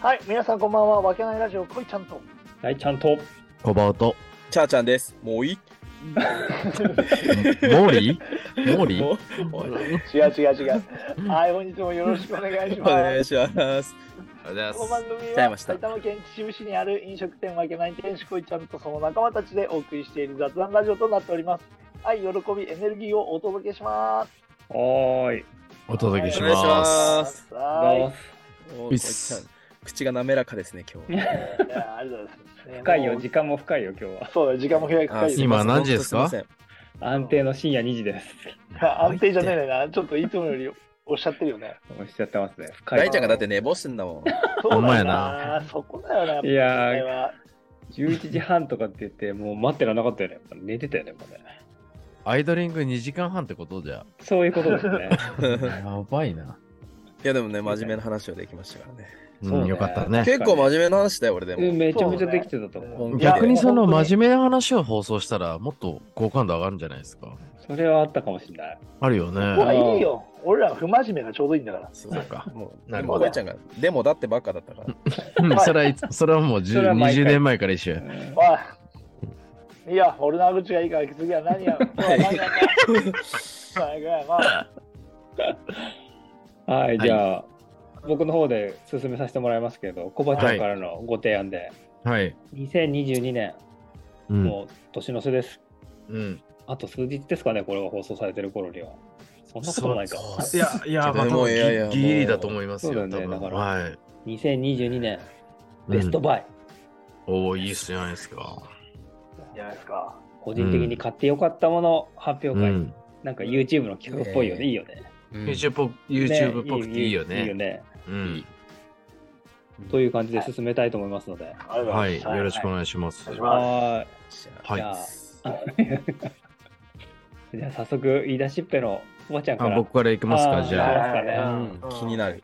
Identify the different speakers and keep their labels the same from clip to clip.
Speaker 1: はい、皆さんこんばんは。わけないラジオ、こいちゃんと。
Speaker 2: 大ちゃんと。
Speaker 3: コバオと、
Speaker 4: チャーちゃんです。もういい
Speaker 3: モーリーモーリー
Speaker 4: もうもう
Speaker 1: 違う違う違 う。はい、本日もよろしくお願いし
Speaker 4: お
Speaker 1: ま
Speaker 4: 願
Speaker 1: す
Speaker 4: い。します。
Speaker 5: ありがと
Speaker 1: こ
Speaker 5: うご
Speaker 1: の
Speaker 5: ざ
Speaker 1: 番
Speaker 5: います。
Speaker 1: 組
Speaker 4: ちゃいま
Speaker 1: は
Speaker 4: した
Speaker 1: 埼玉県秩父市にある飲食店わけない店主こいちゃんとその仲間たちでお送りしている雑談ラジオとなっております。愛、喜び、エネルギーをお届けします。
Speaker 2: おーい。
Speaker 3: お届けし
Speaker 4: お願い
Speaker 3: ま
Speaker 4: します
Speaker 3: す。
Speaker 1: は
Speaker 2: ど
Speaker 4: お
Speaker 3: うっす
Speaker 4: こいちゃん口が滑らかですね、今日。
Speaker 1: い。いやありがとうございます。
Speaker 2: う深いよ、
Speaker 1: もう
Speaker 2: 時間も深いよ、今日は。
Speaker 1: そうだよ、時間も早くかか
Speaker 4: あ
Speaker 1: る
Speaker 4: す
Speaker 1: よ
Speaker 4: い。ません
Speaker 3: 今何時ですか
Speaker 4: 本当すいま
Speaker 2: 安定の深夜2時です。
Speaker 1: 安定じゃねえのよな。ちょっといつもよりおっしゃってるよね。
Speaker 2: おっしゃってますね。
Speaker 4: せん
Speaker 2: 深い
Speaker 4: 大ちゃんがだって寝坊してんだもん。
Speaker 1: そう
Speaker 3: ほんま
Speaker 1: だよ
Speaker 3: やな。
Speaker 1: そこだよな。
Speaker 2: いやー
Speaker 1: 問題は
Speaker 2: 11時半とかって言って、もう待ってらなかったよね。やっぱ寝てたよね、もうね。
Speaker 3: アイドリング2時間半ってことじゃ。
Speaker 2: そういうことですね。
Speaker 4: い
Speaker 3: やばいな。
Speaker 4: やでもね、真面目な話をできましたからね。
Speaker 3: う
Speaker 2: そうね
Speaker 3: ん、よかったね。
Speaker 4: 結構真面目な話だよ、俺で
Speaker 2: うん
Speaker 4: も。
Speaker 2: めちゃめちゃできてたと思う。
Speaker 4: 本気で
Speaker 3: 逆にその
Speaker 1: 目
Speaker 3: 真面目な話を放送したら、もっと好感度上がるんじゃないですか。
Speaker 2: それはあったかもしれない。
Speaker 3: あるよ
Speaker 1: ほら
Speaker 3: ね。
Speaker 1: いいよ。俺ら不真面目がちょうどいいんだから。
Speaker 4: そ
Speaker 3: そう
Speaker 4: う
Speaker 3: か。
Speaker 4: もう、
Speaker 3: な
Speaker 4: な
Speaker 3: る
Speaker 4: る
Speaker 3: ほ
Speaker 4: ほ
Speaker 3: ど
Speaker 4: ど。ちゃんが、でもだってばっかだったから。
Speaker 3: うんそれはいつそれはもう
Speaker 2: それは
Speaker 3: 10
Speaker 2: 毎回
Speaker 3: 20年前から一緒や。
Speaker 1: おい。いや、俺の悪口がいいから、次は何や。今日は何や何やまあ
Speaker 2: はい、
Speaker 3: はい
Speaker 2: じゃあ、僕の方で進めさせてもらいますけど、コバちゃんからのご提案で、
Speaker 3: はい。
Speaker 2: 2022年、
Speaker 3: うん。
Speaker 2: もう年の瀬です。
Speaker 3: うん。
Speaker 2: あと数日ですかね、これが放送されてる頃には。そんなことないか。
Speaker 3: そういや、いや、まあ、
Speaker 4: もういやいや
Speaker 3: ギギリギリだと思います
Speaker 2: そ
Speaker 3: よ、
Speaker 2: うだ
Speaker 3: 多
Speaker 2: よね
Speaker 3: 分。
Speaker 2: だから
Speaker 3: はい。
Speaker 2: 2022年、ベストバイ。
Speaker 3: おおいいっすじゃないですか。
Speaker 1: いいじゃないですか。
Speaker 2: 個人的に買ってよかったもの発
Speaker 3: う
Speaker 2: 表会、
Speaker 3: ん。
Speaker 2: なんか YouTube の企画っぽいよね、
Speaker 4: ねえ
Speaker 2: いいよね。
Speaker 3: YouTube っぽ YouTube っぽくていいよ
Speaker 2: いいよ
Speaker 3: ね。
Speaker 2: ね。
Speaker 3: うん。
Speaker 2: という感じで進めたいと思いますので。
Speaker 1: ありがとうご
Speaker 3: は
Speaker 1: ざい
Speaker 3: い。
Speaker 1: ます
Speaker 3: よろしくお願いします
Speaker 1: お願いし。ま
Speaker 2: は
Speaker 3: はい
Speaker 2: じ。ゃい。じゃあ早速、言い出しっぺのおばちゃんか
Speaker 3: あ
Speaker 2: ら。
Speaker 3: 僕から行きます
Speaker 2: あ
Speaker 3: か、
Speaker 2: ー
Speaker 3: じゃあ。
Speaker 2: いい
Speaker 1: は
Speaker 3: うん
Speaker 4: 気になる。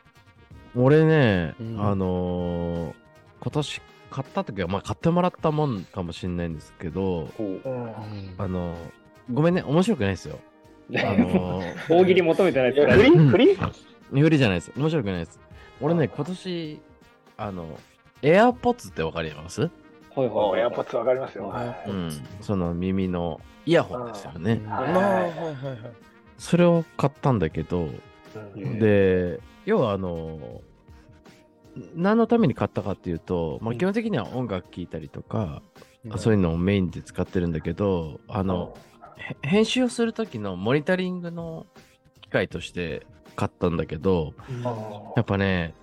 Speaker 3: 俺ね、
Speaker 4: うん
Speaker 3: あのー今年買った時は、まあ、買ってもらったもんかもしれないんですけど、
Speaker 2: こう
Speaker 1: うん
Speaker 3: あのーごめんね、面白くないですよ。あのー
Speaker 2: 大喜利求めてない
Speaker 1: い
Speaker 2: です
Speaker 1: や フ
Speaker 2: からね
Speaker 1: リ。ーフ リー
Speaker 3: 無理じゃないです。面白くないです。俺ね、今年、あの、AirPods ってわかります
Speaker 2: はい
Speaker 1: おう
Speaker 2: はい
Speaker 1: やっ
Speaker 2: は
Speaker 1: ぱつわかりますよ。
Speaker 2: は
Speaker 1: は
Speaker 3: う
Speaker 1: い
Speaker 3: ん。その耳のイヤホンですよね。
Speaker 1: あー
Speaker 4: あーはいはいはい。
Speaker 3: それを買ったんだけど、
Speaker 2: うん
Speaker 3: で、要はあのー何のために買ったかっていうと、まあ、
Speaker 2: うん
Speaker 3: 基本的には音楽聴いたりとか、そういうのをメインで使ってるんだけど、あの、へ編集をする時のモニタリングの機械として買ったんだけど、やっぱね、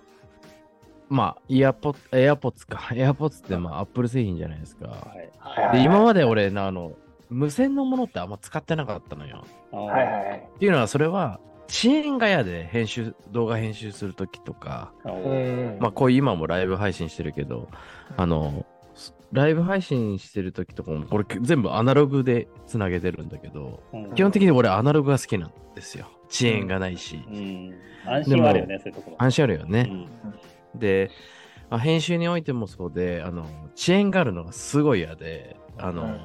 Speaker 3: まあ、イヤポエアポッツか。 エアポッツってまあ、アップル製品じゃないですか。
Speaker 2: い。
Speaker 1: はい
Speaker 3: で、今まで俺な、あの、無線のものってあんま使ってなかったのよ。
Speaker 1: はいはい
Speaker 2: あ
Speaker 1: はい。
Speaker 3: っていうのは、それは、遅延が嫌で編集、動画編集する時とか、
Speaker 2: ーあ
Speaker 1: う
Speaker 2: ー
Speaker 1: ん
Speaker 3: まあ、こういう今もライブ配信してるけど、あの、すライブ配信してる時とかも、これ全部アナログでつなげてるんだけど、
Speaker 2: うん
Speaker 3: 基本的に俺アナログが好きなんですよ。遅延がないし。
Speaker 2: うん安心はあるよね、そういうところ。
Speaker 3: 安心あるよね。
Speaker 2: 心。
Speaker 3: で、あ編集においてもそうで、あの、遅延があるのがすごい嫌で、あの、
Speaker 1: うん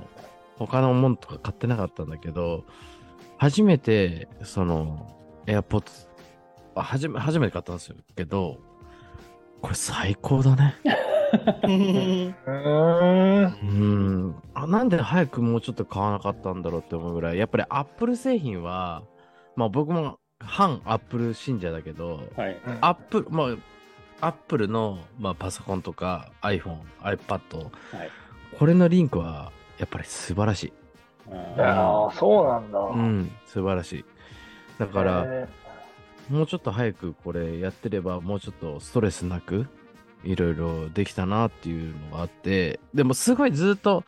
Speaker 3: 他のもんとか買ってなかったんだけど、初めて、その、AirPods、あ初め初めて買ったんですけど、これ最高だね。
Speaker 1: うん
Speaker 3: うんあなんで早くもうちょっと買わなかったんだろうって思うぐらいやっぱりアップル製品はまあ僕も反アップル信者だけど
Speaker 2: はい。
Speaker 3: アップルまあアップルの、まあ、パソコンとか iPhoneiPad、
Speaker 2: はい
Speaker 3: これのリンクはやっぱり素晴らしい、
Speaker 1: ああ、そうなんだ。
Speaker 3: うん、素晴らしいだ
Speaker 1: だ
Speaker 3: から、もうちょっと早くこれやってればもうちょっとストレスなくいろいろできたなっていうのがあってでもすごいずっと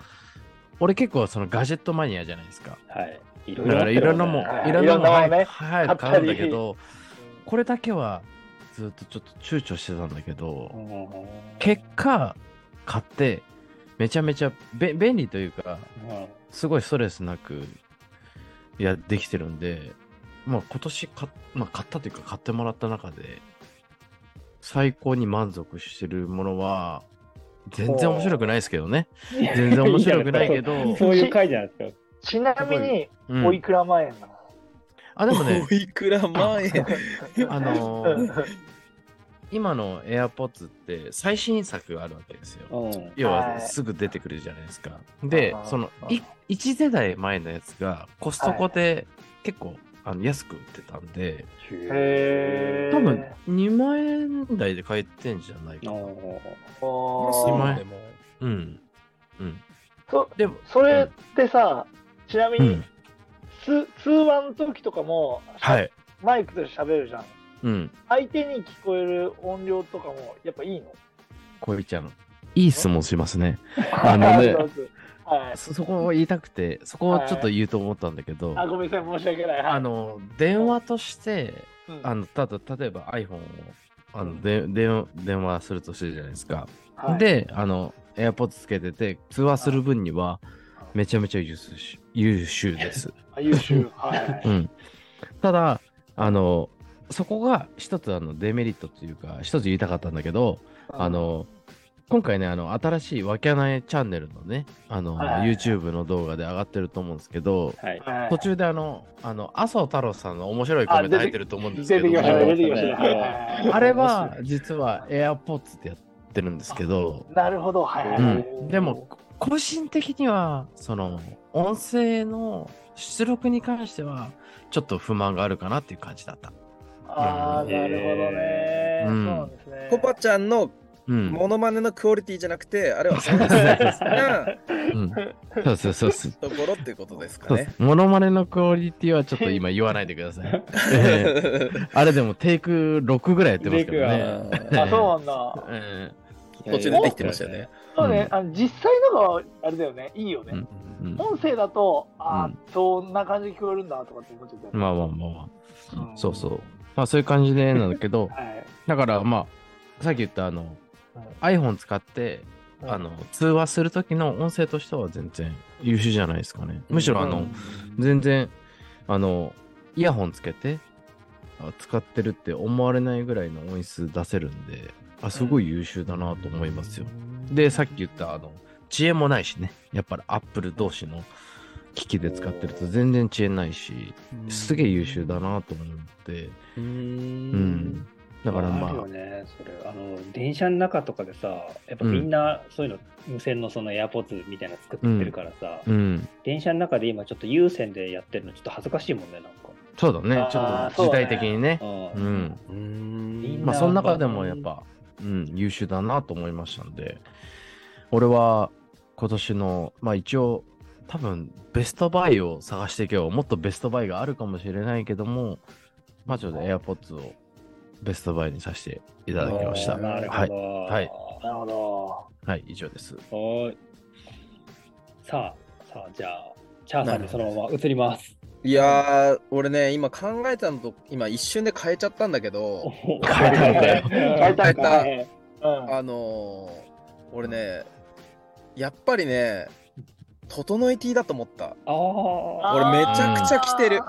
Speaker 3: 俺結構そのガジェットマニアじゃないですか
Speaker 2: はい。い
Speaker 3: だからいろんなもん
Speaker 1: はい
Speaker 3: いろんなも
Speaker 1: いろん
Speaker 3: ん
Speaker 1: なもんね
Speaker 3: 早く早く買うんだけど
Speaker 1: り
Speaker 3: これだけはずっとちょっと躊躇してたんだけど
Speaker 2: 結
Speaker 3: 結果買ってめちゃめちゃべ便利というかすごいストレスなくいやできてるんで、まあ、今年か、まあ、買ったというか買ってもらった中で最高に満足してるものは全然面白くないですけどね、全然面白くないけど
Speaker 2: そういう回じゃないですか。
Speaker 1: ちなみに、
Speaker 3: うん
Speaker 1: おいくら万円なの
Speaker 3: あでもね
Speaker 4: おいくら万円
Speaker 3: あのー今の AirPods って最新作があるわけですよ。
Speaker 2: うん。
Speaker 3: 要
Speaker 1: は
Speaker 3: はいすぐ出てくるじゃないですか。で
Speaker 1: あ、ー
Speaker 3: その
Speaker 1: あ
Speaker 3: い
Speaker 1: ー
Speaker 3: 1世代前のやつがコストコで結構あの安く売ってたんで、
Speaker 1: へー
Speaker 3: 多分2万円台で買えてんじゃないかな。
Speaker 1: あ
Speaker 4: 安いもん
Speaker 1: ー
Speaker 4: でも
Speaker 3: うん。うん。
Speaker 1: そ
Speaker 3: でも、
Speaker 1: それってさ、ちなみ
Speaker 3: う
Speaker 1: に、
Speaker 3: ん。
Speaker 1: 通通話の時とかも、
Speaker 3: はい。
Speaker 1: マイクとして喋るじゃん
Speaker 3: うん。
Speaker 1: 相手に聞こえる音量とかもやっぱいいの
Speaker 3: 恋ちゃん、いい質問しますね。あのね
Speaker 1: そうそうはい
Speaker 3: そそこを言いたくて、そこをちょっと言うと思ったんだけど、
Speaker 1: あごめんなさい申し訳ない、はい、
Speaker 3: あの、電話として、
Speaker 1: うん、
Speaker 3: あのただ例えば iPhone をあので電電話するとするじゃないですか。
Speaker 1: はい、
Speaker 3: で、あの、AirPods つけてて、通話する分には
Speaker 1: はい
Speaker 3: めちゃめちゃ優秀優秀 です。
Speaker 1: あ優秀はい、はい
Speaker 3: うん、ただ、あの、そこが一つあのデメリットというか、一つ言いたかったんだけど、あの、今回ね、あの、新しいわけないチャンネルのね、あの、
Speaker 1: はいはいはい
Speaker 3: YouTube の動画で上がってると思うんですけど、
Speaker 2: はい。
Speaker 1: はい
Speaker 3: 途中であの、あの、麻生太郎さんの面白いコメント入ってると思うんです
Speaker 1: 出
Speaker 3: け
Speaker 1: て
Speaker 3: ど
Speaker 1: きま
Speaker 3: も、
Speaker 1: したね出
Speaker 2: あの
Speaker 1: てきましたねはいはいはい
Speaker 3: あれは実は AirPods ってやってるんですけど、
Speaker 1: なるほどはいはい、
Speaker 3: う
Speaker 1: はい
Speaker 3: ん、でも個人的にはその音声の出力に関してはちょっと不満があるかなっていう感じだった。
Speaker 1: ああなるほどね、
Speaker 3: うん
Speaker 1: そうなんですね
Speaker 4: コパちゃんの
Speaker 3: うん、
Speaker 4: モノマネのクオリティじゃなくて、あれは
Speaker 3: そうです
Speaker 4: 私な
Speaker 3: うん、そうそうそうそう。
Speaker 4: ところっていうことです
Speaker 3: そ
Speaker 4: か
Speaker 3: うで
Speaker 4: ね。
Speaker 3: すモノマネのクオリティはちょっと今言わないでください。ええあれでもテイク6ぐらいやってますけ
Speaker 2: テ
Speaker 3: ど
Speaker 2: イク
Speaker 3: ね
Speaker 2: が。
Speaker 1: あそうなんだ、
Speaker 3: え
Speaker 4: 途中出てきてましたよね。。
Speaker 1: そうね、あの実際のがあれだよねいいよね、
Speaker 3: うんえうん
Speaker 1: 音声だとああ、
Speaker 3: うん
Speaker 1: そんな感じに聞こえるんだとかって思っちゃったよね、
Speaker 3: まあまあまあまあ、
Speaker 1: ん
Speaker 3: そうそう。まあそういう感じでなんだけど、
Speaker 1: はい
Speaker 3: だからまあ、さっき言ったあの、iPhone 使って、あの通話する時の音声としては全然優秀じゃないですかね。むしろあの、全然あのイヤホンつけてあ使ってるって思われないぐらいの音質出せるんで、あすごい優秀だなと思いますよ。でさっき言ったあの遅延もないしね、やっぱり Apple 同士の機器で使ってると全然遅延ないし、すげえ優秀だなと思って、
Speaker 4: う
Speaker 3: うんん。だからま
Speaker 2: ある
Speaker 3: あ
Speaker 2: よ、ね、それあの電車の中とかでさやっぱみんなそういうの、無線のそのエアポッツみたいなの作ってるからさ、
Speaker 3: うん、
Speaker 2: 電車の中で今ちょっと有線でやってるのちょっと恥ずかしいもんねなんか、
Speaker 3: そうだね
Speaker 1: あー、
Speaker 3: ちょっと時代的にね。
Speaker 2: う
Speaker 3: うんん
Speaker 4: うん
Speaker 3: まあその中でもやっぱ、うん、優秀だなと思いましたんで、俺は今年の、まあ一応、多分ベストバイを探していけば、もっとベストバイがあるかもしれないけども、まあちょっと AirPods をベストバイにさせていただきました。
Speaker 2: おーなる
Speaker 3: は
Speaker 2: ほ
Speaker 3: い
Speaker 2: ど、。
Speaker 3: はい
Speaker 1: なるほど
Speaker 3: はい、以上です。
Speaker 2: おーいさあさあじゃあチャーさんにそのまま移ります
Speaker 4: いやー、俺ね、今考えたのと、今一瞬で変えちゃったんだけど、
Speaker 2: 変
Speaker 3: 変えたのかよ
Speaker 1: 変えたんか
Speaker 4: 変
Speaker 1: ねうん
Speaker 4: あのー、俺ね、やっぱりね、整い T だと思った。
Speaker 2: ああ
Speaker 4: 俺めちゃくちゃ着てる。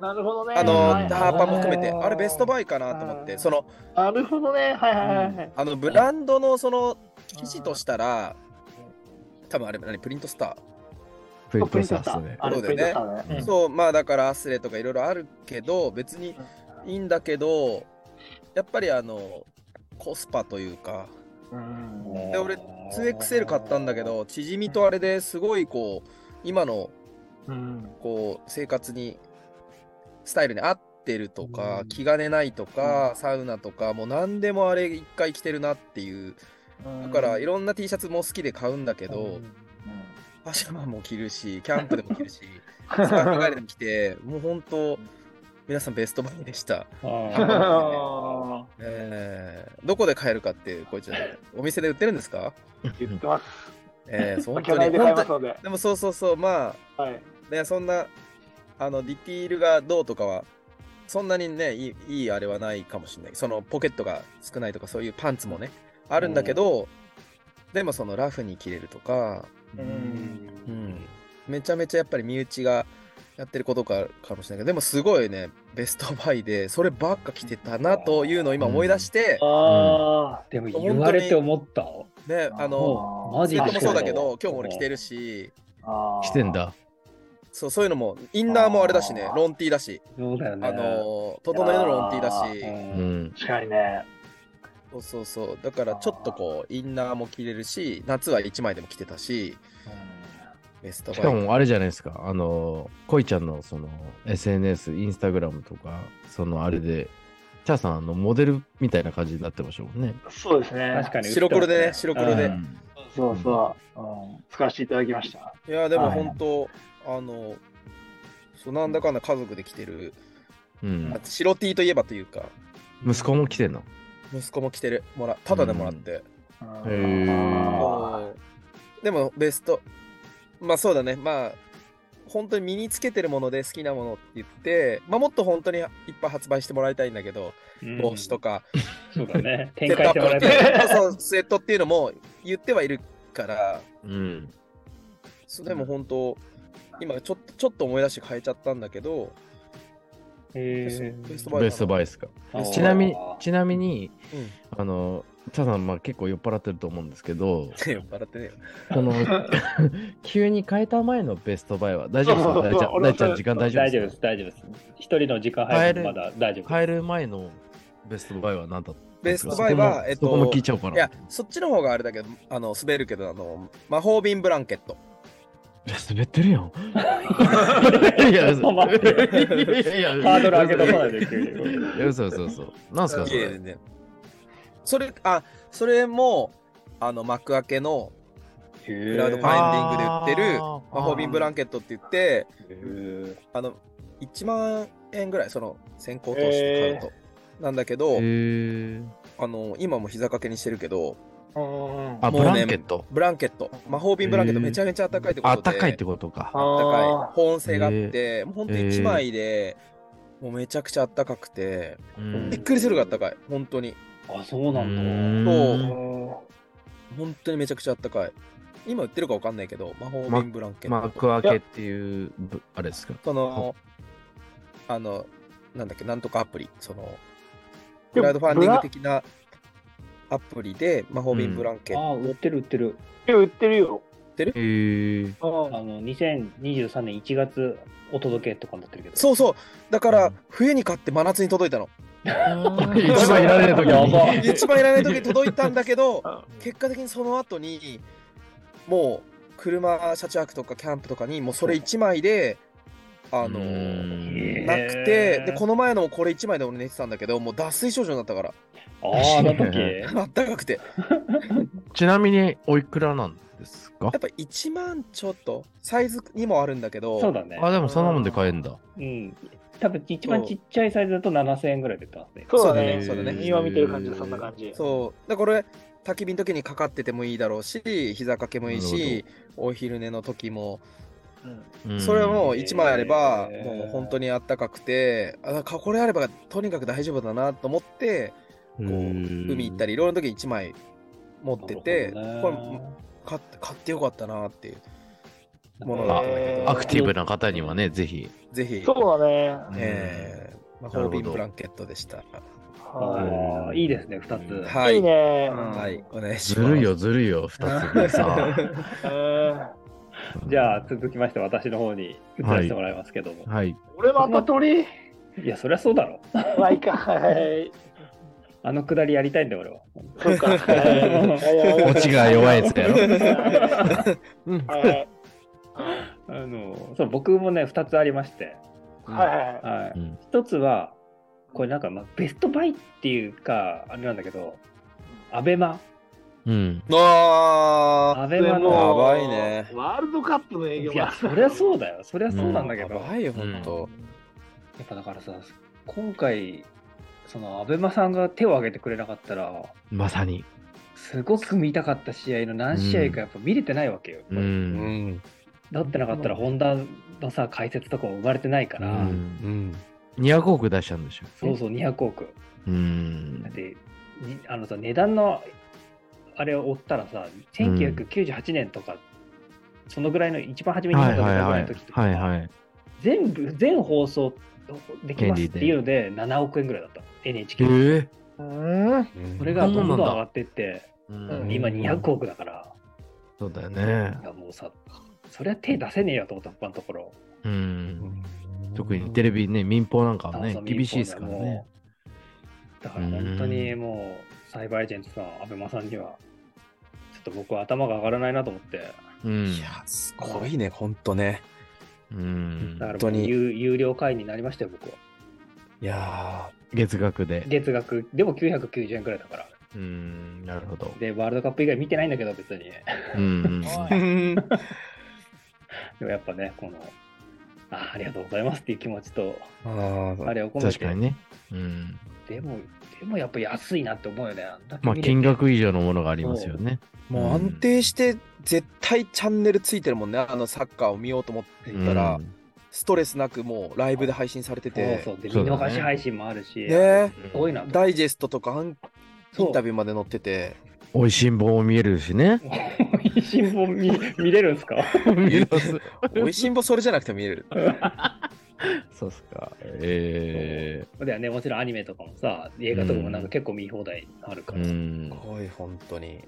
Speaker 1: なるほどね。
Speaker 4: あの
Speaker 1: はい
Speaker 4: ー、
Speaker 1: はいはい
Speaker 4: ハーパーも含めて、あれベストバイかなと思っ
Speaker 1: あ
Speaker 4: て、
Speaker 1: ー
Speaker 4: その、
Speaker 1: なるほどね。はいはいはいはい。
Speaker 4: あのブランドのその記事としたら、多分あれ何プリントスタ
Speaker 3: プリン
Speaker 1: プ
Speaker 3: ト
Speaker 1: リン
Speaker 3: サ
Speaker 1: ト
Speaker 3: ー
Speaker 1: し
Speaker 3: ス
Speaker 1: た
Speaker 3: ね。。
Speaker 1: あれプリントしたね。
Speaker 3: う
Speaker 4: ー、
Speaker 3: ん
Speaker 4: そうまあだからアスレとかいろいろあるけど別にいいんだけどやっぱりあのコスパというか
Speaker 1: うん
Speaker 4: で俺 2XL 買ったんだけど縮みとあれですごいこう今の
Speaker 1: うん
Speaker 4: こう生活にスタイルに合ってるとか気兼ねないとかサウナとかもう何でもあれ一回着てるなっていうだからいろんな T シャツも好きで買うんだけどパジャマも着る しキャンプでも着るし
Speaker 1: う
Speaker 4: スカーフ帰り
Speaker 1: ん
Speaker 4: に来て、もう本当、皆さんベストバイでした。
Speaker 1: あ
Speaker 4: えーどこで買えるかって、こいつ、お店で売ってるんですか
Speaker 1: ー言ってます。
Speaker 4: え ー、そう
Speaker 1: まあ
Speaker 4: 本
Speaker 1: 巨
Speaker 4: 当
Speaker 1: 大
Speaker 4: に。
Speaker 1: で買い
Speaker 4: 本
Speaker 1: ます
Speaker 4: 当に
Speaker 1: ので。
Speaker 4: でもそうそうそう、ま
Speaker 1: はい。
Speaker 4: あ、ね、そんな、あの、ディティールがどうとかは、そんなにね、いいいいあれはないかもしれない。そのポケットが少ないとか、そういうパンツもね、あるんだけど、でもそのラフに着れるとか、
Speaker 1: うん
Speaker 4: めちゃめちゃやっぱり身内がやってることかかもしれないけどでもすごいねベストバイでそればっか着てたなというのを今思い出して、
Speaker 1: あ
Speaker 2: でも言われて思った
Speaker 4: ね
Speaker 1: あ。
Speaker 4: あの
Speaker 2: あマジ
Speaker 4: ツイ
Speaker 2: で
Speaker 4: ートもそうだけ
Speaker 2: そうだ
Speaker 4: ど今日も俺着てるし
Speaker 3: 来てん。だ。
Speaker 4: そうそういうのもインナーもあれだしね
Speaker 1: あー
Speaker 4: ロン T だし
Speaker 2: そうだよね
Speaker 4: あの整えのロン T だし
Speaker 2: う
Speaker 3: うんん。
Speaker 1: 確かにね。
Speaker 4: そうそうそう。だからちょっとこう、インナーも着れるし、夏は1枚でも着てたし、ベスト
Speaker 3: しか
Speaker 4: バイ。
Speaker 3: もあれじゃないですか、あの、こいちゃんのその SNS、インスタグラムとか、そのあれで、チャーさんあのモデルみたいな感じになってましたもんね。
Speaker 1: そうですね。
Speaker 2: 確かに。
Speaker 4: 白黒でね白黒で
Speaker 2: う
Speaker 3: うんん
Speaker 1: そうそう、うん。使わせていただきました。
Speaker 4: いや、でも
Speaker 1: はい
Speaker 4: 本当、あの、そうなんだかんだ家族で着てる、
Speaker 3: うん
Speaker 4: あ白 T といえばというか、
Speaker 3: 息子も来てんの
Speaker 4: 息子も着てる、もらただでもらって。
Speaker 1: うん
Speaker 3: へー
Speaker 4: そうでもベスト、まあそうだね、まあ、本当に身につけてるもので好きなものって言って、まあ、もっと本当にいっぱい発売してもらいたいんだけど、
Speaker 2: うん
Speaker 4: 帽子とか、
Speaker 2: そうだ ね。
Speaker 4: セ
Speaker 2: 展
Speaker 4: ッ
Speaker 2: 開し
Speaker 4: トア
Speaker 2: てもら
Speaker 4: ッ
Speaker 2: え
Speaker 4: プ
Speaker 2: たら。
Speaker 4: そうスウェットっていうのも言ってはいるから、
Speaker 3: うん。
Speaker 4: そうでも本当、今ちょっとちょっと思い出して変えちゃったんだ けど、
Speaker 2: へ
Speaker 4: ベスト
Speaker 2: ー
Speaker 4: バイ
Speaker 3: ベストバイですか。
Speaker 2: あー
Speaker 3: ちなみに、ちなみに、
Speaker 4: うん
Speaker 3: あの、チャーさん、まあ結構酔っ払ってると思うんですけ ど、
Speaker 4: 酔っ払ってねえよ。
Speaker 3: この、急に変えた前のベストバイは、大丈夫ですか
Speaker 1: そうそう
Speaker 3: 大 ちゃん
Speaker 1: 俺
Speaker 3: 大
Speaker 1: も
Speaker 3: ちゃん、時間大丈夫
Speaker 2: 大
Speaker 3: で
Speaker 2: 丈夫
Speaker 3: すか
Speaker 2: です、大丈夫です。一人の時間配分まだ大丈夫
Speaker 3: 変える前のベストバイは何だった
Speaker 4: ベストバイは、えっ
Speaker 3: そこもそこも
Speaker 4: と、
Speaker 3: 聞いちゃおうかな。
Speaker 4: いや、そっちの方があれだけど、あの、滑るけど、あの、魔法瓶ブランケット。
Speaker 3: 滑ってるやん。
Speaker 2: です。 ちょっと待ってよ
Speaker 3: いやいや
Speaker 2: ハードル上げとかないで急に
Speaker 3: いや、そうそうそう。なんすか、そ
Speaker 4: 綺麗で
Speaker 3: れ。
Speaker 4: ねそれ、あ、それも、あの、幕開けの、クラウドファインディングで売ってる、
Speaker 3: あー
Speaker 4: 魔法瓶ブランケットって言って、
Speaker 2: へ
Speaker 4: あの、1万円ぐらい、その、先行投資で買うと。なんだけど、
Speaker 3: へー
Speaker 4: あの、今も膝掛けにしてるけど、
Speaker 1: うん
Speaker 3: あ、ブ
Speaker 4: もうね
Speaker 3: ランケット。
Speaker 4: ブランケット、魔法瓶ブランケット
Speaker 3: へー
Speaker 4: めちゃめちゃ暖かいってこ
Speaker 3: あ
Speaker 4: と
Speaker 3: っ
Speaker 4: で。
Speaker 3: たかいってことか。
Speaker 4: あったかい
Speaker 1: あー
Speaker 4: 保温性があって、もう本当に1枚で、もうめちゃくちゃあったかくて、
Speaker 3: うん
Speaker 4: びっくりするぐらいあったかい、本当に。
Speaker 2: ーあ、そうなんだ。
Speaker 3: うん
Speaker 4: 本当にめちゃくちゃあったかい。今売ってるかわかんないけど、魔法
Speaker 3: ま
Speaker 4: 瓶ブランケット。
Speaker 3: 幕開けっていう、ぶあれですか。
Speaker 4: その、あの、なんだっけ、なんとかアプリ、その、
Speaker 1: で
Speaker 4: ク
Speaker 1: も
Speaker 4: ラウドファンディング的なアプリで、魔法瓶ブランケッ
Speaker 2: あ
Speaker 4: ト
Speaker 2: あ、売ってる売ってる。
Speaker 1: え売ってるよ。
Speaker 3: へー
Speaker 2: あの、2023年1月お届けとかになってるけど。
Speaker 4: そうそう、だか
Speaker 3: う
Speaker 4: ら
Speaker 3: ん、
Speaker 4: 冬に買って真夏に届いたの。
Speaker 3: 一番いらねえ時に
Speaker 2: やば
Speaker 4: 一番いらない時に届いたんだけ
Speaker 1: う
Speaker 4: ど
Speaker 1: ん、
Speaker 4: 結果的にその後に、もう、車、車中泊とかキャンプとかに、もうそれ1枚で、あの、
Speaker 3: うん
Speaker 4: なくて、で、この前のもこれ1枚で俺寝てたんだけど、もう脱水症状になったから、
Speaker 2: の。ああ、あの時。
Speaker 4: あったかくて。
Speaker 3: ちなみに、おいくらなんですか
Speaker 4: やっぱ1万ちょっと、サイズにもあるんだけど、
Speaker 2: そうだね。
Speaker 3: あ、でもそんなもんで買えんだ。
Speaker 2: うん。多分一番ちっちゃいサイズだと7000円ぐらいで買った。
Speaker 1: そうだ
Speaker 4: へ
Speaker 1: ね。
Speaker 4: ーそうだね
Speaker 1: 今見てる感じはそんな感じ。
Speaker 4: そう。で、これ、焚き火の時にかかっててもいいだろうし、膝掛けもいい
Speaker 3: なる、
Speaker 4: しお昼寝の時も、
Speaker 1: うん
Speaker 3: うん
Speaker 4: それはもう1枚あれば、
Speaker 2: へー
Speaker 4: もう本当にあったかくて、あなんかこれあればとにかく大丈夫だなと思って、
Speaker 3: う
Speaker 4: こう、
Speaker 3: ん
Speaker 4: 海行ったり、いろいろな時に1枚持ってて、これ買って、買ってよかったなっていう、ものだったんだけど。
Speaker 3: アクティブな方にはね、ぜひ。
Speaker 4: ぜひ、
Speaker 1: そうだね。
Speaker 4: えー、魔法瓶ブランケットでした。
Speaker 1: は
Speaker 2: ああ、いいですね、2つ。
Speaker 1: い。いいね。
Speaker 4: はい、お願いし
Speaker 3: ず
Speaker 4: ます。
Speaker 3: るいよ、ずるいよ、二つでさ。
Speaker 1: うん
Speaker 2: じゃあ、続きまして、私の方に移らせてもらいますけども。
Speaker 3: あ、はい。
Speaker 1: 俺また鳥
Speaker 2: い、や、そりゃそうだろ。
Speaker 1: まあいいか。はい
Speaker 2: あのくだりやりたいんだよ、俺は。
Speaker 1: そうか。はい
Speaker 3: オチが弱いやつやろ。
Speaker 1: はいはい
Speaker 2: あのそう僕もね、2つありまして。
Speaker 1: はいは
Speaker 2: は
Speaker 3: う
Speaker 2: い、
Speaker 3: ん
Speaker 2: 1つは、これなんか、まあ、ベストバイっていうか、あれなんだけど、アベマ。
Speaker 3: うん。
Speaker 4: あ
Speaker 2: ア
Speaker 1: い。
Speaker 2: ベマ
Speaker 4: や
Speaker 2: の。
Speaker 4: ばいね
Speaker 1: ワールドカップの営業
Speaker 2: いや、そりゃそうだよ。そりゃそうなん
Speaker 4: ー、
Speaker 2: だけ
Speaker 4: や
Speaker 2: ど。
Speaker 4: ばいよ、ほんと。
Speaker 2: やっぱだからさ、今回、その、アベマさんが手を挙げてくれなかったら、
Speaker 3: まさに。
Speaker 2: すごく見たかった試合の何試合かやっぱ見れてないわけよ。
Speaker 3: う。
Speaker 4: うんん。
Speaker 2: だってなかったら、ホンダのさ、解説とかも生まれてないか
Speaker 3: う
Speaker 2: ら、
Speaker 3: ん
Speaker 4: うん。
Speaker 3: 200億出したんでしょ。
Speaker 2: そうそう、200億。
Speaker 3: うん
Speaker 2: だっ。て、にあのさ、値段の、あれを追ったらさ、1998年とか、そのぐらいの一番初めに
Speaker 3: は
Speaker 2: 本
Speaker 3: い
Speaker 2: 田出
Speaker 3: はい
Speaker 2: たぐ
Speaker 3: は
Speaker 2: らい
Speaker 3: い
Speaker 2: の時と。か、
Speaker 3: はいはい。
Speaker 2: 全部、全放送できますっていうので、7億円ぐらいだった。
Speaker 3: え
Speaker 2: NHK。
Speaker 3: ぇ
Speaker 1: うん。
Speaker 2: それがどんどん
Speaker 3: そうなんだ
Speaker 2: 上がってって、
Speaker 1: うん
Speaker 2: 今200億だから、
Speaker 3: そうだよね
Speaker 2: い。やもうさ、そりゃ手出せねえよと思った、他のところ。
Speaker 3: うん。特にテレビね、民放なんかは
Speaker 2: あ
Speaker 3: ね
Speaker 2: そう、
Speaker 3: 厳しいですから
Speaker 2: 民放
Speaker 3: ね
Speaker 2: も。だから本当にもう、サイバーエージェントさん、アベマさんには、ちょっと僕は頭が上がらないなと思って、
Speaker 3: うん
Speaker 4: い。や、すごいね、ほんとね。
Speaker 3: うん
Speaker 2: だ。から
Speaker 4: 本当
Speaker 2: もう
Speaker 4: に
Speaker 2: 有有料会員になりましたよ、僕は。
Speaker 4: いや
Speaker 3: 月額で。
Speaker 2: 月額、でも990円くらいだから。
Speaker 3: うん。なるほど。
Speaker 2: で、ワールドカップ以外見てないんだけど、別に。
Speaker 3: うんうん。
Speaker 1: おい
Speaker 4: ー
Speaker 2: でもやっぱね、この、あありがとうございますっていう気持ちと、
Speaker 4: あー
Speaker 2: あれを込め
Speaker 3: 確
Speaker 2: て、
Speaker 3: かにね。うん。
Speaker 2: でも、でもやっぱ安いなって思うよね。あんだけ
Speaker 3: まあ、
Speaker 2: 見れて
Speaker 3: 金額以上のものがありますよね。
Speaker 4: もう安定して絶対チャンネルついてるもんねあのサッカーを見ようと思っていたら、
Speaker 3: うん
Speaker 4: ストレスなくもうライブで配信されてて
Speaker 2: そうそう。で、見
Speaker 3: そうだね
Speaker 2: 逃し配信もあるし、
Speaker 4: ね
Speaker 2: すごいなと。
Speaker 4: ダイジェストとかアンイ
Speaker 2: そう
Speaker 4: ンタビューまで載ってて
Speaker 3: 美味しんぼも見えるしね。
Speaker 2: 新聞見見れるんですか
Speaker 3: 見えます。
Speaker 4: 美味しんぼそれじゃなくても見える
Speaker 3: そうっすか。え
Speaker 2: だよね、もちろんアニメとかもさ、映画とかもなんか結構見放題ある
Speaker 3: え
Speaker 2: から。
Speaker 3: うん
Speaker 4: す。ごい本当に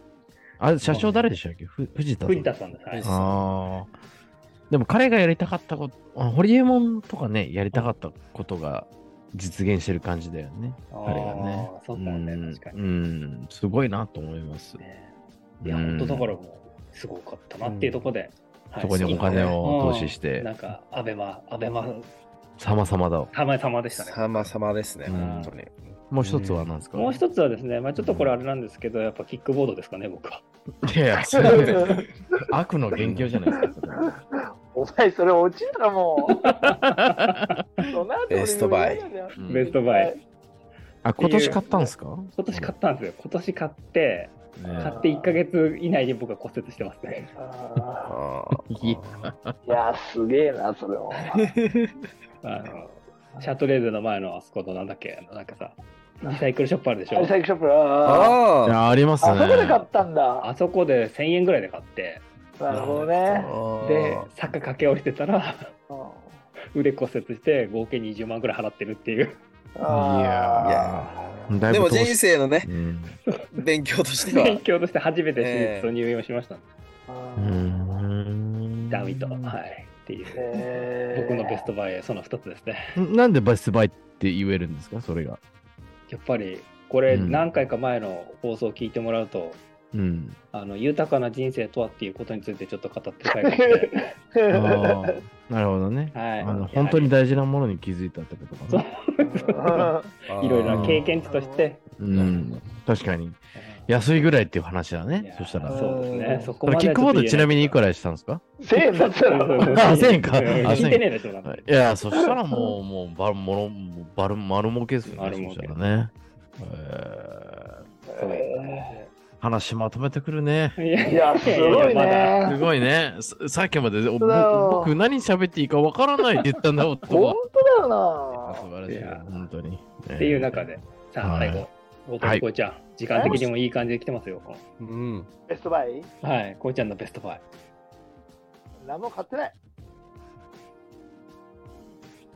Speaker 3: あれ、社長誰でしたっけふ藤田さん
Speaker 2: 藤田さんです。はい
Speaker 4: 藤田
Speaker 3: ああ。でも彼がやりたかったこと、あホリエモンとかね、やりたかったことが実現してる感じだよね。彼がね。
Speaker 2: あーそうかもね、
Speaker 3: ん
Speaker 2: 確か
Speaker 3: う
Speaker 2: に。
Speaker 3: ん、すごいなと思います。
Speaker 2: ねいや、
Speaker 3: うん
Speaker 2: 本当だからもう、すごかったなっていうところで、はい
Speaker 3: そこにお金を投資し
Speaker 2: うんな
Speaker 3: て
Speaker 2: ん、か、アベマ、アベマ、
Speaker 3: 様々だわ。
Speaker 2: 様々でしたね。
Speaker 4: 様々ですね
Speaker 3: うん
Speaker 4: 本当に
Speaker 3: もう一つは何ですか
Speaker 2: もう一つはですね、まあちょっとこれあれなんですけど、やっぱキックボードですかね、僕は。
Speaker 3: いやいや、そ れ悪の元凶じゃないですか。
Speaker 1: お前それ落ちたらもうその後
Speaker 4: ベストバイ
Speaker 1: 俺嫌だよ
Speaker 3: それ
Speaker 2: ベストバイ。
Speaker 3: あ、今年買ったんですか
Speaker 2: 今年買ったんですよ。今年買って、
Speaker 3: ね
Speaker 2: 買って1ヶ月以内に僕は骨折してますね。
Speaker 1: あ
Speaker 4: あ
Speaker 3: いや
Speaker 4: ー
Speaker 1: ーいやすげえなそれは
Speaker 2: あの、シャトレーゼの前のあそこのなんだっけ、あのなんかさ、リサイクルショップあるでしょ
Speaker 1: リ。サイクルショップあー
Speaker 3: い
Speaker 4: あ
Speaker 3: や、ありますね。
Speaker 1: あそこで買ったんだ
Speaker 2: あそこで1000円ぐらいで買って、
Speaker 1: なるほどね
Speaker 4: ー
Speaker 2: で、坂駆け下りてたら、
Speaker 1: うん
Speaker 2: 腕骨折して、合計20万ぐらい払ってるっていう。
Speaker 1: あー
Speaker 3: いやだ
Speaker 4: い
Speaker 3: いぶ
Speaker 4: や
Speaker 3: 投資
Speaker 4: でも人生のね
Speaker 3: うん。
Speaker 4: 勉強と して
Speaker 2: 勉
Speaker 4: は
Speaker 2: 強として初めて手術と入院をしました、
Speaker 1: あ
Speaker 3: う
Speaker 1: ー
Speaker 3: ん
Speaker 2: ダミと。はい。っていう。
Speaker 1: えー
Speaker 2: 僕のベストバイはその2つですね。
Speaker 3: なんでバスバイって言えるんですかそれが。
Speaker 2: やっぱりこれ
Speaker 3: うん
Speaker 2: 何回か前の放送を聞いてもらうと、
Speaker 3: うん。
Speaker 2: あの豊かな人生とはっていうことについてちょっと語って最後にして、
Speaker 3: ああ、なるほどね。
Speaker 2: はい、
Speaker 3: あの本当に大事なものに気づいたってことかな。
Speaker 2: いろいろな経験値
Speaker 1: あー
Speaker 2: として、
Speaker 3: うん。確かに。安いぐらいっていう話だね。そしたら。
Speaker 1: う
Speaker 2: そうですね。そこ
Speaker 3: これ
Speaker 2: まで
Speaker 3: キックボードちなみにいく
Speaker 2: ら。
Speaker 3: らしたんですか
Speaker 1: 1000円だったら
Speaker 3: あ1000円かあ
Speaker 2: 聞いてねえでしょ、だって
Speaker 3: いや、そしたらもう、もう、ばもろもうばる丸儲けですよね。
Speaker 2: 丸
Speaker 3: そ
Speaker 2: 儲
Speaker 3: し
Speaker 2: け
Speaker 3: たらね。え
Speaker 1: え
Speaker 3: ー話まとめてくるね。
Speaker 2: いや
Speaker 1: ーいやすごい。
Speaker 2: まだ
Speaker 3: す
Speaker 1: ね
Speaker 3: ごいね。ささっきまでおぼ
Speaker 1: そう
Speaker 3: 僕何喋っていいかわからないって言ったんだもん。
Speaker 1: 本当だ
Speaker 3: あ素
Speaker 1: よ
Speaker 3: 晴らしい
Speaker 2: いや
Speaker 3: な、本当に。っ
Speaker 2: っていう中で、さあ、
Speaker 3: はい
Speaker 2: 最後、大谷こうちゃん、時間的にもいい感じで来てますよ。
Speaker 4: うん
Speaker 1: なベストバイ
Speaker 2: はい、こうちゃんのベストバイ。
Speaker 1: 何も買ってない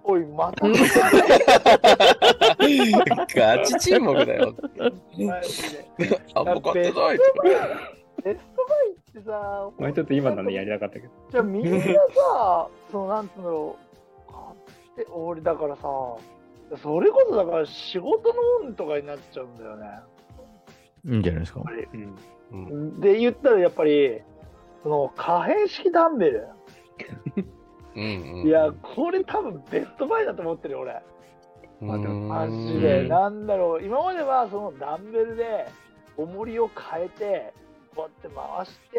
Speaker 1: おいまた
Speaker 4: ガチ沈黙だよ。
Speaker 1: マジで
Speaker 4: あんま買ってない。
Speaker 1: ベストバイってさ、
Speaker 2: まあちょっと今のね、やりたかったけど。
Speaker 1: じゃあみんなさ、そのなんつうの、買って、俺だからさ、それこそだから仕事の運とかになっちゃうんだよね。
Speaker 3: いいんじゃないですか。
Speaker 2: うん
Speaker 1: で言ったらやっぱり、その可変式ダンベル。いや、これ多分ベストバイだと思ってるよ俺。マジ
Speaker 3: う
Speaker 1: で、
Speaker 3: ん
Speaker 1: なんだろう、今まではそのダンベルで重りを変えて、こうやって回して、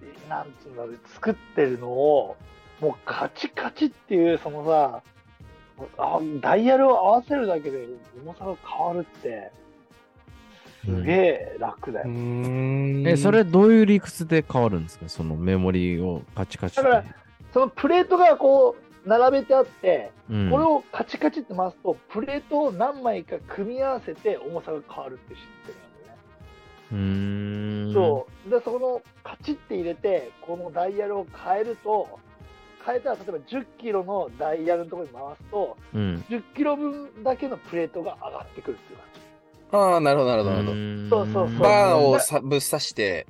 Speaker 1: でなんつうんだろう、作ってるのを、もうカチカチっていう、そのさ、あダイヤルを合わせるだけで重さが変わるって、すげえ楽だよ。
Speaker 3: え、それどういう理屈で変わるんですかそのメモリーをカチカチ
Speaker 1: だからそのプレートがこう、並べてあって、
Speaker 3: うん
Speaker 1: これをカチカチって回すと、プレートを何枚か組み合わせて重さが変わるって知ってるんだよね。
Speaker 3: うーん。
Speaker 1: そうでそのカチッて入れてこのダイヤルを変えると変えたら例えば1 0キロのダイヤルのところに回すと
Speaker 3: う。ん。
Speaker 1: 1 0キロ分だけのプレートが上がってくるっていう感じ
Speaker 4: ああ、なるほど、なるほど、なるほど。
Speaker 1: そうそうそう
Speaker 4: バー
Speaker 1: ン
Speaker 4: をさぶっ刺して、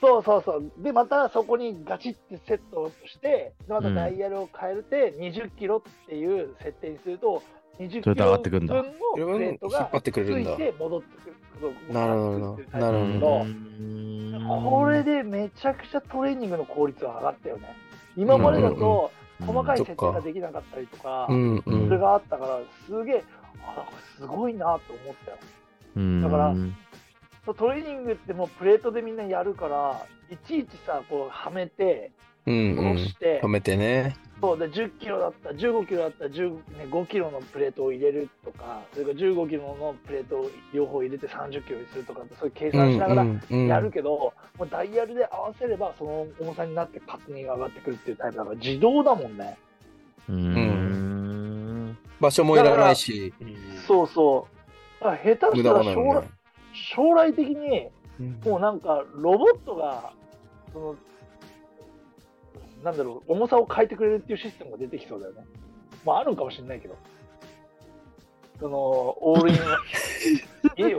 Speaker 1: そうそうそうでまたそこにガチッてセットをしてでまたダイヤルを変えるって2 0キロっていう設定にすると2 0キ
Speaker 3: そ
Speaker 1: ロ
Speaker 3: れで上がってく
Speaker 1: 分
Speaker 3: んだ
Speaker 1: のプレート
Speaker 4: 引っ
Speaker 1: が
Speaker 4: 張ってくれるんだ
Speaker 1: ついて戻ってくる服とか
Speaker 5: なるほど
Speaker 1: 作ってタイプなんだけ
Speaker 5: なる
Speaker 1: ど
Speaker 5: ほ
Speaker 1: これでめちゃくちゃトレーニングの効率は上がったよね今までだと細かい設定ができなかったりとか、
Speaker 5: うんう
Speaker 1: それ
Speaker 5: ん。
Speaker 1: があったからすげえあなんかすごいなと思ったよ
Speaker 3: うん
Speaker 1: だからそうトレーニングってもうプレートでみんなやるからいちいちさこうはめて
Speaker 5: うんう
Speaker 1: 下ろ
Speaker 5: ん
Speaker 1: し。て、
Speaker 5: 止めてね。
Speaker 1: そうで1 0キロだった1 5キロだったら1 5キロのプレートを入れるとかそれから1 5キロのプレートを両方入れて3 0キロにするとかってそういう計
Speaker 5: うん
Speaker 1: 算しながら
Speaker 5: うん
Speaker 1: やるけど、もうダイヤルで合わせればその重さになって勝手に上がってくるっていうタイプだから自動だもんね、
Speaker 3: うーん
Speaker 5: 場所もいらないし、
Speaker 1: そうそうだから下手
Speaker 5: 無
Speaker 1: した
Speaker 5: 駄
Speaker 1: ら
Speaker 5: はない
Speaker 1: 将
Speaker 5: もん
Speaker 1: 来
Speaker 5: ね。
Speaker 1: 将来的にもうなんかロボットがそのなんだろう重さを変えてくれるっていうシステムが出てきそうだよね。まああるんかもしれないけど。そのオールイ ン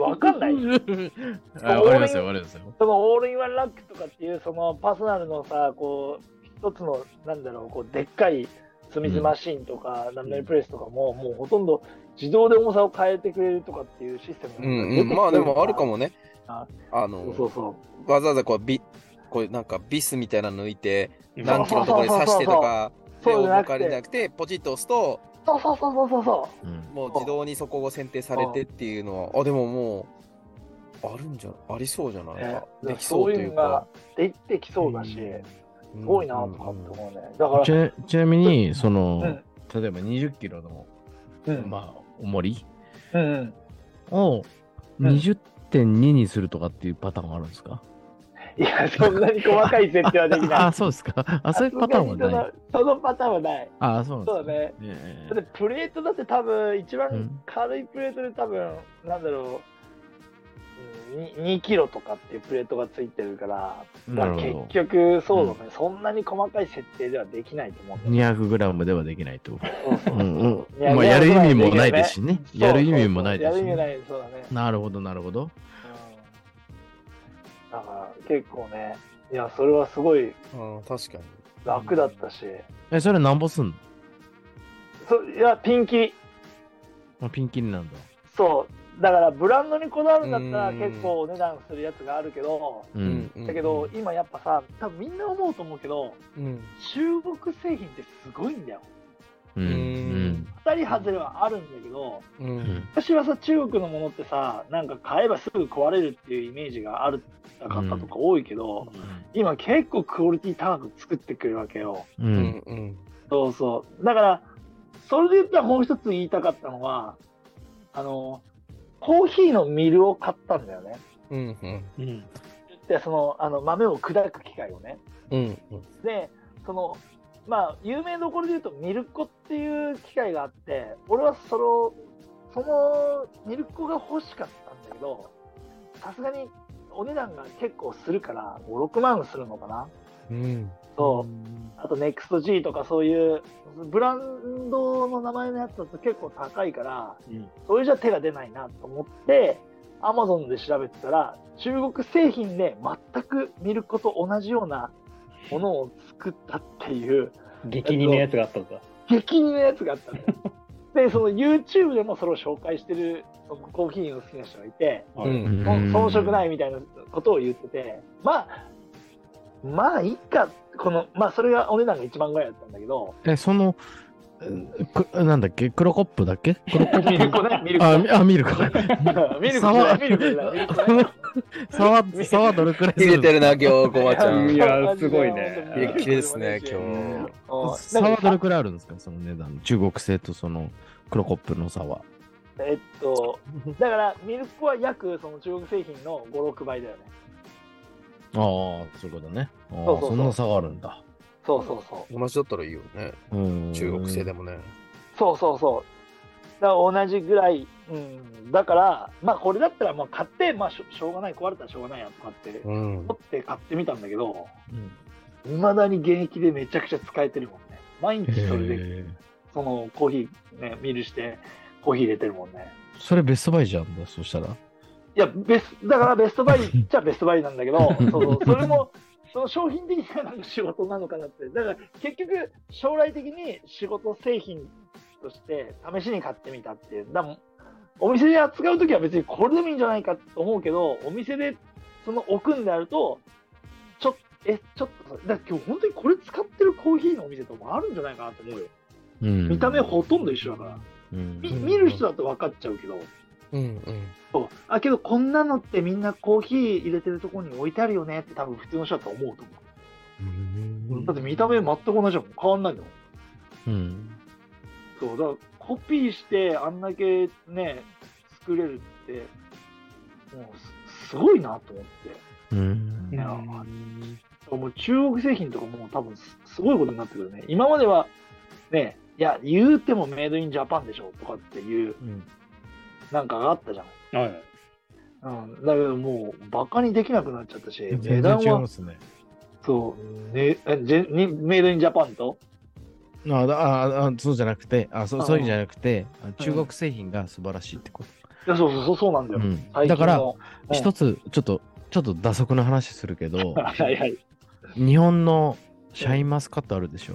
Speaker 1: ワンえわかんない。
Speaker 3: あわかりますよ、わかりますよ。
Speaker 1: そのオールインワンラックとかっていうそのパーソナルのさこう一つのなんだろうこうでっかい積み図マシンとか、ダンベルプレスとかも、もうほとんど自動で重さを変えてくれるとかっていうシステムが
Speaker 5: う
Speaker 1: 出て
Speaker 5: ん
Speaker 1: き
Speaker 5: うん、まあでもあるか
Speaker 1: も。
Speaker 5: もね。
Speaker 1: あ
Speaker 5: あ
Speaker 1: そうそ
Speaker 5: の
Speaker 1: うそう。
Speaker 5: わざわざこうビこうなんかビスみたいなの抜いて
Speaker 2: うん
Speaker 5: 何キロのところに刺してとか
Speaker 1: そうそ
Speaker 5: 手
Speaker 1: うそうそうそう
Speaker 5: を動かれなくてポチッと押すと
Speaker 1: そうそうそうそうそうそう。
Speaker 3: うん
Speaker 5: もう自動にそこを選定されてっていうのはあでももうあるんじゃありそうじゃない
Speaker 1: ね
Speaker 5: かできそうというか
Speaker 1: できてきそうだし、すごいなとかって思うね。だか
Speaker 3: ち
Speaker 1: ら、
Speaker 3: なちなみに、その、
Speaker 1: うん
Speaker 3: 例えば20キロの、
Speaker 1: うん
Speaker 3: まあ、重り
Speaker 1: うんうん、
Speaker 3: を
Speaker 1: うん
Speaker 3: 20.2にするとかっていうパターンはあるんですか、
Speaker 1: いや、そんなに細かい設定はでき
Speaker 3: あ
Speaker 1: ない。
Speaker 3: そうですか。あ、 そういうパターンは
Speaker 1: さすが
Speaker 3: ない。
Speaker 1: にそのそのパターンはない。
Speaker 3: あ、そう
Speaker 1: そ
Speaker 3: な
Speaker 1: うんだ
Speaker 3: です
Speaker 1: ね。
Speaker 3: ね。え
Speaker 1: だってプレートだって多分、一
Speaker 3: うん
Speaker 1: 番軽いプレートで多分、なんだろう、うんに2キロとかっていうプレートがついてるから、
Speaker 3: え
Speaker 1: だ
Speaker 3: な
Speaker 1: か
Speaker 3: る
Speaker 1: ら
Speaker 3: ほ
Speaker 1: 結局、そうだね、そんなに細かい設定ではできないと思
Speaker 3: ど。
Speaker 1: うんだよ。
Speaker 3: 200グラムではできないってこと。
Speaker 1: そうそううん
Speaker 3: うん
Speaker 1: いや
Speaker 3: まあ、
Speaker 1: いや
Speaker 3: やる意味も
Speaker 1: そうだ
Speaker 3: な
Speaker 1: ね
Speaker 3: いですしね。やる意味もないです
Speaker 1: そう
Speaker 3: し
Speaker 1: そうそうや
Speaker 3: ね。
Speaker 1: る意味ない、そうだね。
Speaker 3: なるほど、なるほど。
Speaker 1: うんだから結構ね、いや、それはすご
Speaker 5: う
Speaker 1: い
Speaker 5: ん確かに
Speaker 1: 楽だったし、
Speaker 3: え、それなんぼすんの
Speaker 1: そいや、ピンキリ、
Speaker 3: あピンキリなんだ。
Speaker 1: そう、だからブランドにこだわるんだったら
Speaker 5: うん
Speaker 1: 結構お値段するやつがあるけど、
Speaker 3: う。
Speaker 5: うんん
Speaker 1: だけど今やっぱさ、多分みんな思うと思うけど、
Speaker 5: うん
Speaker 1: 中国製品ってすごいんだよ。
Speaker 3: うん。うん。
Speaker 1: 2人外れはあるんだけど、
Speaker 5: う
Speaker 3: うんん
Speaker 1: 昔はさ、中国のものってさ、なんか買えばすぐ壊れるっていうイメージがある方とか多いけど、今結構クオリティ高く作ってくるわけよ。
Speaker 3: う。。
Speaker 5: うんんうん
Speaker 1: そうそう。だから、それで言ったらもう一つ言いたかったのは、あの、コーヒーのミルを買ったんだよね。
Speaker 5: うんうん
Speaker 2: うん
Speaker 1: で、その、あの、豆を砕く機械をね。
Speaker 5: うん
Speaker 1: で、その、まあ、有名どころで言うと、ミルコっていう機械があって、俺はその、そのミルコが欲しかったんだけど、さすがにお値段が結構するから、5、6万するのかな。
Speaker 5: うん
Speaker 1: そう。あと NEXTG とかそういうブランドの名前のやつだと結構高いから、
Speaker 2: うん
Speaker 1: それじゃ手が出ないなと思って Amazon で調べてたら中国製品で全く見ること同じようなものを作ったっていう
Speaker 2: 激似のやつがあったんだ。
Speaker 1: 激似のやつがあったの よでその YouTube でもそれを紹介してるそのコーヒーの好きな人がいて
Speaker 2: う
Speaker 5: うんん
Speaker 1: もう遜色ないいみたいなことを言っててまあまあいいかこのまあそれがお値段が1万ぐらいだったんだけど、
Speaker 3: え、その、えくなんだっけ黒コップだっけ黒コップ
Speaker 1: ミルコね、ミルコ。
Speaker 3: あ、みあミルク。
Speaker 1: ミルコじ
Speaker 3: 触
Speaker 1: ゃない
Speaker 3: ら
Speaker 1: ミルコじゃないミルコじゃない
Speaker 3: 差は、差はどれくらい
Speaker 5: 切れてるな今日ごまちゃん
Speaker 2: い
Speaker 5: い
Speaker 2: や
Speaker 5: や
Speaker 2: すごいねいや
Speaker 5: 綺麗ですね今日
Speaker 1: うん
Speaker 3: 差はどれくらいあるんですかその値段。中国製とその黒コップの差は。
Speaker 1: えっと、だから、ミルコは約その中国製品の5、6倍だよね。
Speaker 3: ああ、そういうことね。あ
Speaker 1: そう
Speaker 3: あ、
Speaker 1: そう
Speaker 3: そんな差があるんだ。
Speaker 1: そうそうそう。
Speaker 5: 同じだったらいいよね
Speaker 3: うん
Speaker 5: 中国製でもね
Speaker 1: そうそうそう。だから同じぐらい、うん、だから、まあこれだったらまあ買って、まあしょしょうがない、壊れたらしょうがないやとかって
Speaker 5: うん
Speaker 1: 思って買ってみたんだけど、
Speaker 3: うん。
Speaker 1: いまだに現役でめちゃくちゃ使えてるもんね。毎日それで、
Speaker 3: へえ
Speaker 1: そのコーヒーね、ミルして、コーヒー入れてるもんね。
Speaker 3: それベストバイじゃんだ、そしたら。
Speaker 1: いや、ベスだからベストバイっちゃベストバイなんだけど、そうそうそれも、その商品的ななんか仕事なのかなって、だから結局、将来的に仕事製品として試しに買ってみたっていう、だからお店で扱うときは別にこれでもいいんじゃないかと思うけど、お店でその置くんであると、ちょっえちょっとだから今日本当にこれ使ってるコーヒーのお店とかあるんじゃないかなと思うよ。
Speaker 3: うん
Speaker 1: 見た目ほとんど一緒だから。
Speaker 3: うん
Speaker 1: み見る人だと分かっちゃうけど。
Speaker 5: うんうん。
Speaker 1: そうあけどこんなのってみんなコーヒー入れてるところに置いてあるよねって多分普通の人だと思うと思う、だって見た目全く同じだもん変わんないんだもん
Speaker 3: うん
Speaker 1: そうだからコピーしてあんだけね作れるってもうすすごいなと思って
Speaker 3: うん
Speaker 1: いや
Speaker 2: うん
Speaker 1: もう中国製品とかもう多分すすごいことになってくるね今まではねいや言うてもメイドインジャパンでしょとかっていうなんかがあったじゃん
Speaker 2: はい
Speaker 1: うん、だけどもうバカにできなくなっちゃったし値
Speaker 3: 全
Speaker 1: 段
Speaker 3: 然違い
Speaker 1: は
Speaker 3: ますね。
Speaker 1: そう、ね、えジェにメイドインジャパンと
Speaker 3: あああそうじゃなくてあそ
Speaker 1: あ
Speaker 3: うそういうんじゃなくてあ中国製品が素晴らしいってこ
Speaker 1: いやそうそうそうそうなんだ
Speaker 3: と、
Speaker 1: よ、
Speaker 3: うん
Speaker 1: 最近
Speaker 3: だから
Speaker 1: のうん
Speaker 3: 一つちょっとちょっと打足の話するけど
Speaker 1: はいはい
Speaker 3: 日本のシャインマスカットあるでしょ、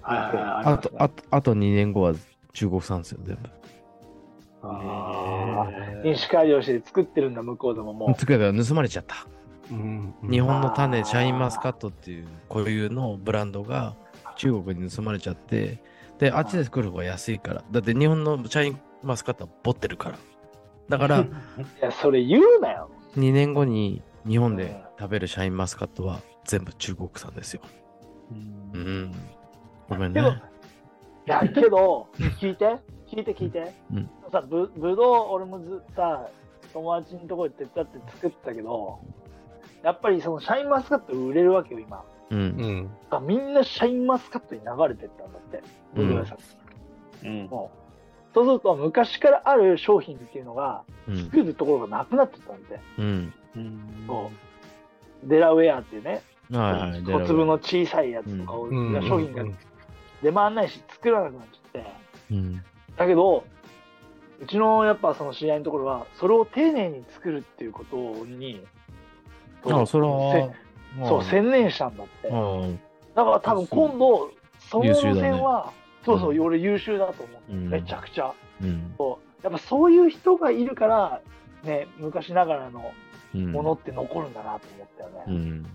Speaker 1: はいはいはい
Speaker 3: あとあとあと2年後は中国産ですよ全部
Speaker 1: あー
Speaker 2: えー
Speaker 1: 品種改良して作ってるんだ向こうでももう
Speaker 3: 作れば盗まれちゃった
Speaker 5: うんうん
Speaker 3: 日本の種シャインマスカットっていう固有のブランドが中国に盗まれちゃってであっちで作る方が安いからだって日本のシャインマスカットは持ってるから だから
Speaker 1: いやそれ言うなよ
Speaker 3: 2年後に日本で食べるシャインマスカットは全部中国産ですようんごめんね
Speaker 1: けどいやけど聞いて聞いて聞いて、
Speaker 3: うん
Speaker 1: さぶぶどう俺もずさ友達のところで手伝って作ったけどやっぱりそのシャインマスカット売れるわけよ今
Speaker 3: う
Speaker 5: うんん。
Speaker 1: あみんなシャインマスカットに流れてったんだって、
Speaker 3: うん
Speaker 1: ブドウ屋さん
Speaker 2: うん
Speaker 1: もうそうすると昔からある商品っていうのが
Speaker 3: うん
Speaker 1: 作るところがなくなってったんで、
Speaker 3: うん
Speaker 2: うん
Speaker 1: そうデラウェアっていうね
Speaker 3: はいはい
Speaker 1: 小粒の小さいやつとかを、
Speaker 5: うん
Speaker 1: が商品が出回んないし作らなくなっちゃって
Speaker 3: うん
Speaker 1: だけどうちのやっぱその知り合いのところはそれを丁寧に作るっていうことに
Speaker 3: あそれは
Speaker 1: せそう専念したんだってだ
Speaker 3: うん
Speaker 1: から多分今度その
Speaker 3: 優
Speaker 1: 路
Speaker 3: 秀だね
Speaker 1: 線は、そうそううん俺優秀だと思う、
Speaker 3: うん
Speaker 1: めちゃくちゃ
Speaker 3: うん
Speaker 1: やっぱそういう人がいるからね昔ながらの
Speaker 3: うん
Speaker 1: ものって残るんだなと思ったよね、
Speaker 3: うん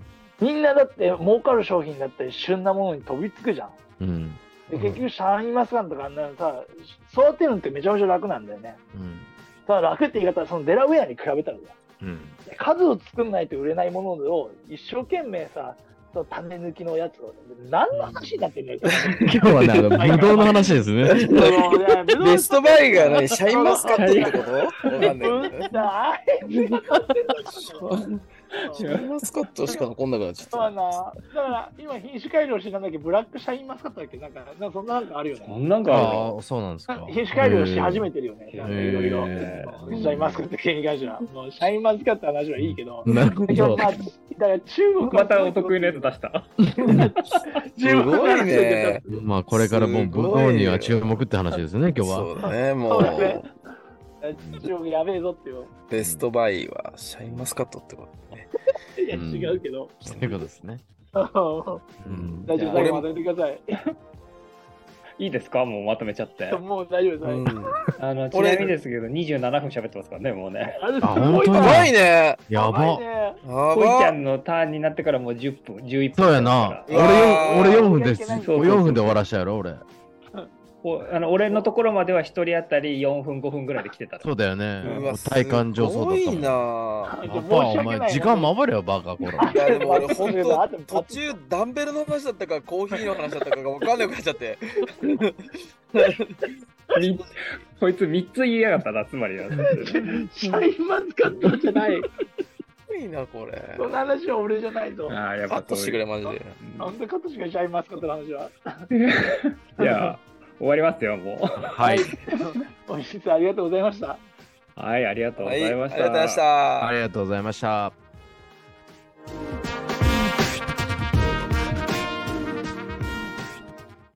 Speaker 1: みんなだって儲かる商品だったり旬なものに飛びつくじゃん
Speaker 3: うん
Speaker 1: で
Speaker 5: うん
Speaker 1: 結局シャインマスカットとかあんなのさ育てるのってめちゃめちゃ楽なんだよね
Speaker 3: うん
Speaker 1: ただ楽って言い方はそのデラウェアに比べたらだよ
Speaker 3: うん
Speaker 1: で数を作んないと売れないものを一生懸命さその種抜きのやつを何の話になってんのよ、
Speaker 3: 今日はね、あの、ぶどうの話です ね。
Speaker 1: そのねブドウ
Speaker 5: ベストバイがね、シャインマスカットって ことわかんないけど
Speaker 1: うんあいつが買ってんだ から
Speaker 5: シャインマスカットしか残んなくなっちゃっ
Speaker 1: そうだ
Speaker 5: た。
Speaker 1: な。だから今品種改良してなんだっけ、ブラックシャインマスカットだっけ、なんか、なんかそんななんかあるよ
Speaker 2: そ
Speaker 1: ね。
Speaker 2: んなんか
Speaker 3: ああ、そうなんですか。
Speaker 1: 品種改良し始めてるよね。
Speaker 2: へー
Speaker 1: なんかいろいろ。
Speaker 3: へ
Speaker 1: シャインマスカット系に関しては。もうシャインマスカットの話はいいけど。
Speaker 3: なるほ
Speaker 1: だから
Speaker 3: ど。
Speaker 1: 中国は
Speaker 2: またお得意なやつ出した。
Speaker 1: 中国の
Speaker 5: す
Speaker 1: 話
Speaker 3: まあ、これからもう、
Speaker 5: す
Speaker 3: ぶ
Speaker 5: ごい
Speaker 3: どうには注目って話ですね、今日
Speaker 5: そ
Speaker 3: は。
Speaker 5: うだね、も
Speaker 1: そうだね
Speaker 5: う、
Speaker 1: 中国やべえぞってよ。
Speaker 5: ベストバイはシャインマスカットってことね。
Speaker 1: いや、違うけど。
Speaker 3: そういうことですね。うん
Speaker 1: 大丈夫、
Speaker 5: い
Speaker 1: 最
Speaker 5: や
Speaker 1: 後まとめてください。
Speaker 2: いいですかもうまとめちゃって。
Speaker 1: もう大丈夫
Speaker 5: う
Speaker 1: で
Speaker 5: ん。
Speaker 1: す。
Speaker 2: あのち
Speaker 5: 俺
Speaker 2: なみにですけど、27分喋ってますからね、もうね。
Speaker 1: あれ、す
Speaker 3: あ本
Speaker 1: ごい
Speaker 3: 当に
Speaker 1: な。
Speaker 5: 怖いね。
Speaker 3: やば。
Speaker 1: ね。
Speaker 5: や
Speaker 2: こいち
Speaker 5: ば。
Speaker 2: ゃんのターンになってからもう10分、11分。
Speaker 3: そうやな。俺よ、俺4分です。4分で終わらしたやろ、俺。
Speaker 2: こうあの俺のところまでは1人当たり4分、5分ぐらいで来てたの。
Speaker 3: そうだよね
Speaker 5: うわ。
Speaker 3: 体感上層だった
Speaker 5: すご
Speaker 3: も
Speaker 5: い
Speaker 3: ん。
Speaker 5: な
Speaker 3: や
Speaker 1: 申
Speaker 3: っ
Speaker 1: し訳
Speaker 3: ぱお
Speaker 1: ないな
Speaker 3: 前、時間守れよ、バカ、これ。
Speaker 5: いやでも俺
Speaker 1: あと
Speaker 5: 本
Speaker 1: あと
Speaker 5: 当途中ダンベルの話だったかコーヒーの話だったかが分かんなくなっちゃって
Speaker 2: み こいつ3つ言いやがったな、つま りは。
Speaker 1: シャインマスカットじゃない。
Speaker 5: すごいなこれ
Speaker 1: その話は俺じゃないぞ。
Speaker 2: ああ、やっ
Speaker 5: カッ
Speaker 2: ぱ
Speaker 5: ト してくれマジ
Speaker 2: い
Speaker 5: で
Speaker 1: なんでカットしかしちゃいますかって話は。
Speaker 2: や、終わりますよ、もう。
Speaker 3: はい。
Speaker 1: おいしさんありがとうございました。
Speaker 2: はい、ありがとう
Speaker 5: は
Speaker 2: ござ
Speaker 5: いあ
Speaker 2: い
Speaker 5: りが
Speaker 2: まし
Speaker 5: とう
Speaker 2: た。
Speaker 5: ございました
Speaker 3: ありがとうございました。